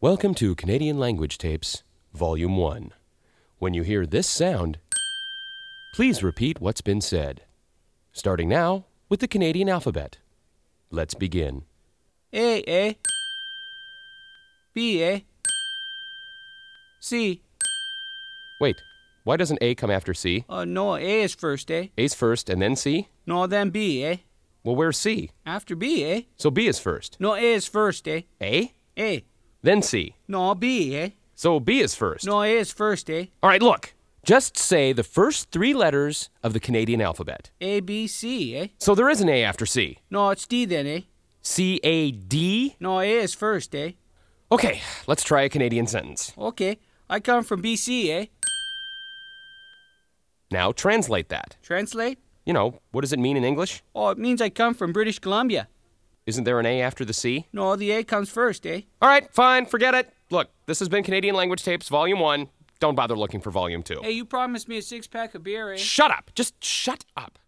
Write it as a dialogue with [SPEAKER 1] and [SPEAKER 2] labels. [SPEAKER 1] Welcome to Canadian Language Tapes, Volume 1. When you hear this sound, please repeat what's been said. Starting now with the Canadian alphabet. Let's begin.
[SPEAKER 2] A A B A C.
[SPEAKER 1] Wait, why doesn't A come after C?
[SPEAKER 2] Uh, no, A is first, eh?
[SPEAKER 1] A's first and then C?
[SPEAKER 2] No, then B, eh?
[SPEAKER 1] Well, where's C?
[SPEAKER 2] After B, eh?
[SPEAKER 1] So B is first.
[SPEAKER 2] No, A is first, eh?
[SPEAKER 1] A?
[SPEAKER 2] A.
[SPEAKER 1] Then C.
[SPEAKER 2] No, B, eh?
[SPEAKER 1] So B is first.
[SPEAKER 2] No, A is first, eh?
[SPEAKER 1] All right, look. Just say the first three letters of the Canadian alphabet.
[SPEAKER 2] A, B, C, eh?
[SPEAKER 1] So there is an A after C.
[SPEAKER 2] No, it's D then, eh?
[SPEAKER 1] C A D.
[SPEAKER 2] No, A is first, eh?
[SPEAKER 1] Okay, let's try a Canadian sentence.
[SPEAKER 2] Okay. I come from BC, eh?
[SPEAKER 1] Now translate that.
[SPEAKER 2] Translate?
[SPEAKER 1] You know, what does it mean in English?
[SPEAKER 2] Oh, it means I come from British Columbia.
[SPEAKER 1] Isn't there an A after the C?
[SPEAKER 2] No, the A comes first, eh?
[SPEAKER 1] All right, fine, forget it. Look, this has been Canadian Language Tapes, Volume 1. Don't bother looking for Volume 2.
[SPEAKER 2] Hey, you promised me a six pack of beer, eh?
[SPEAKER 1] Shut up. Just shut up.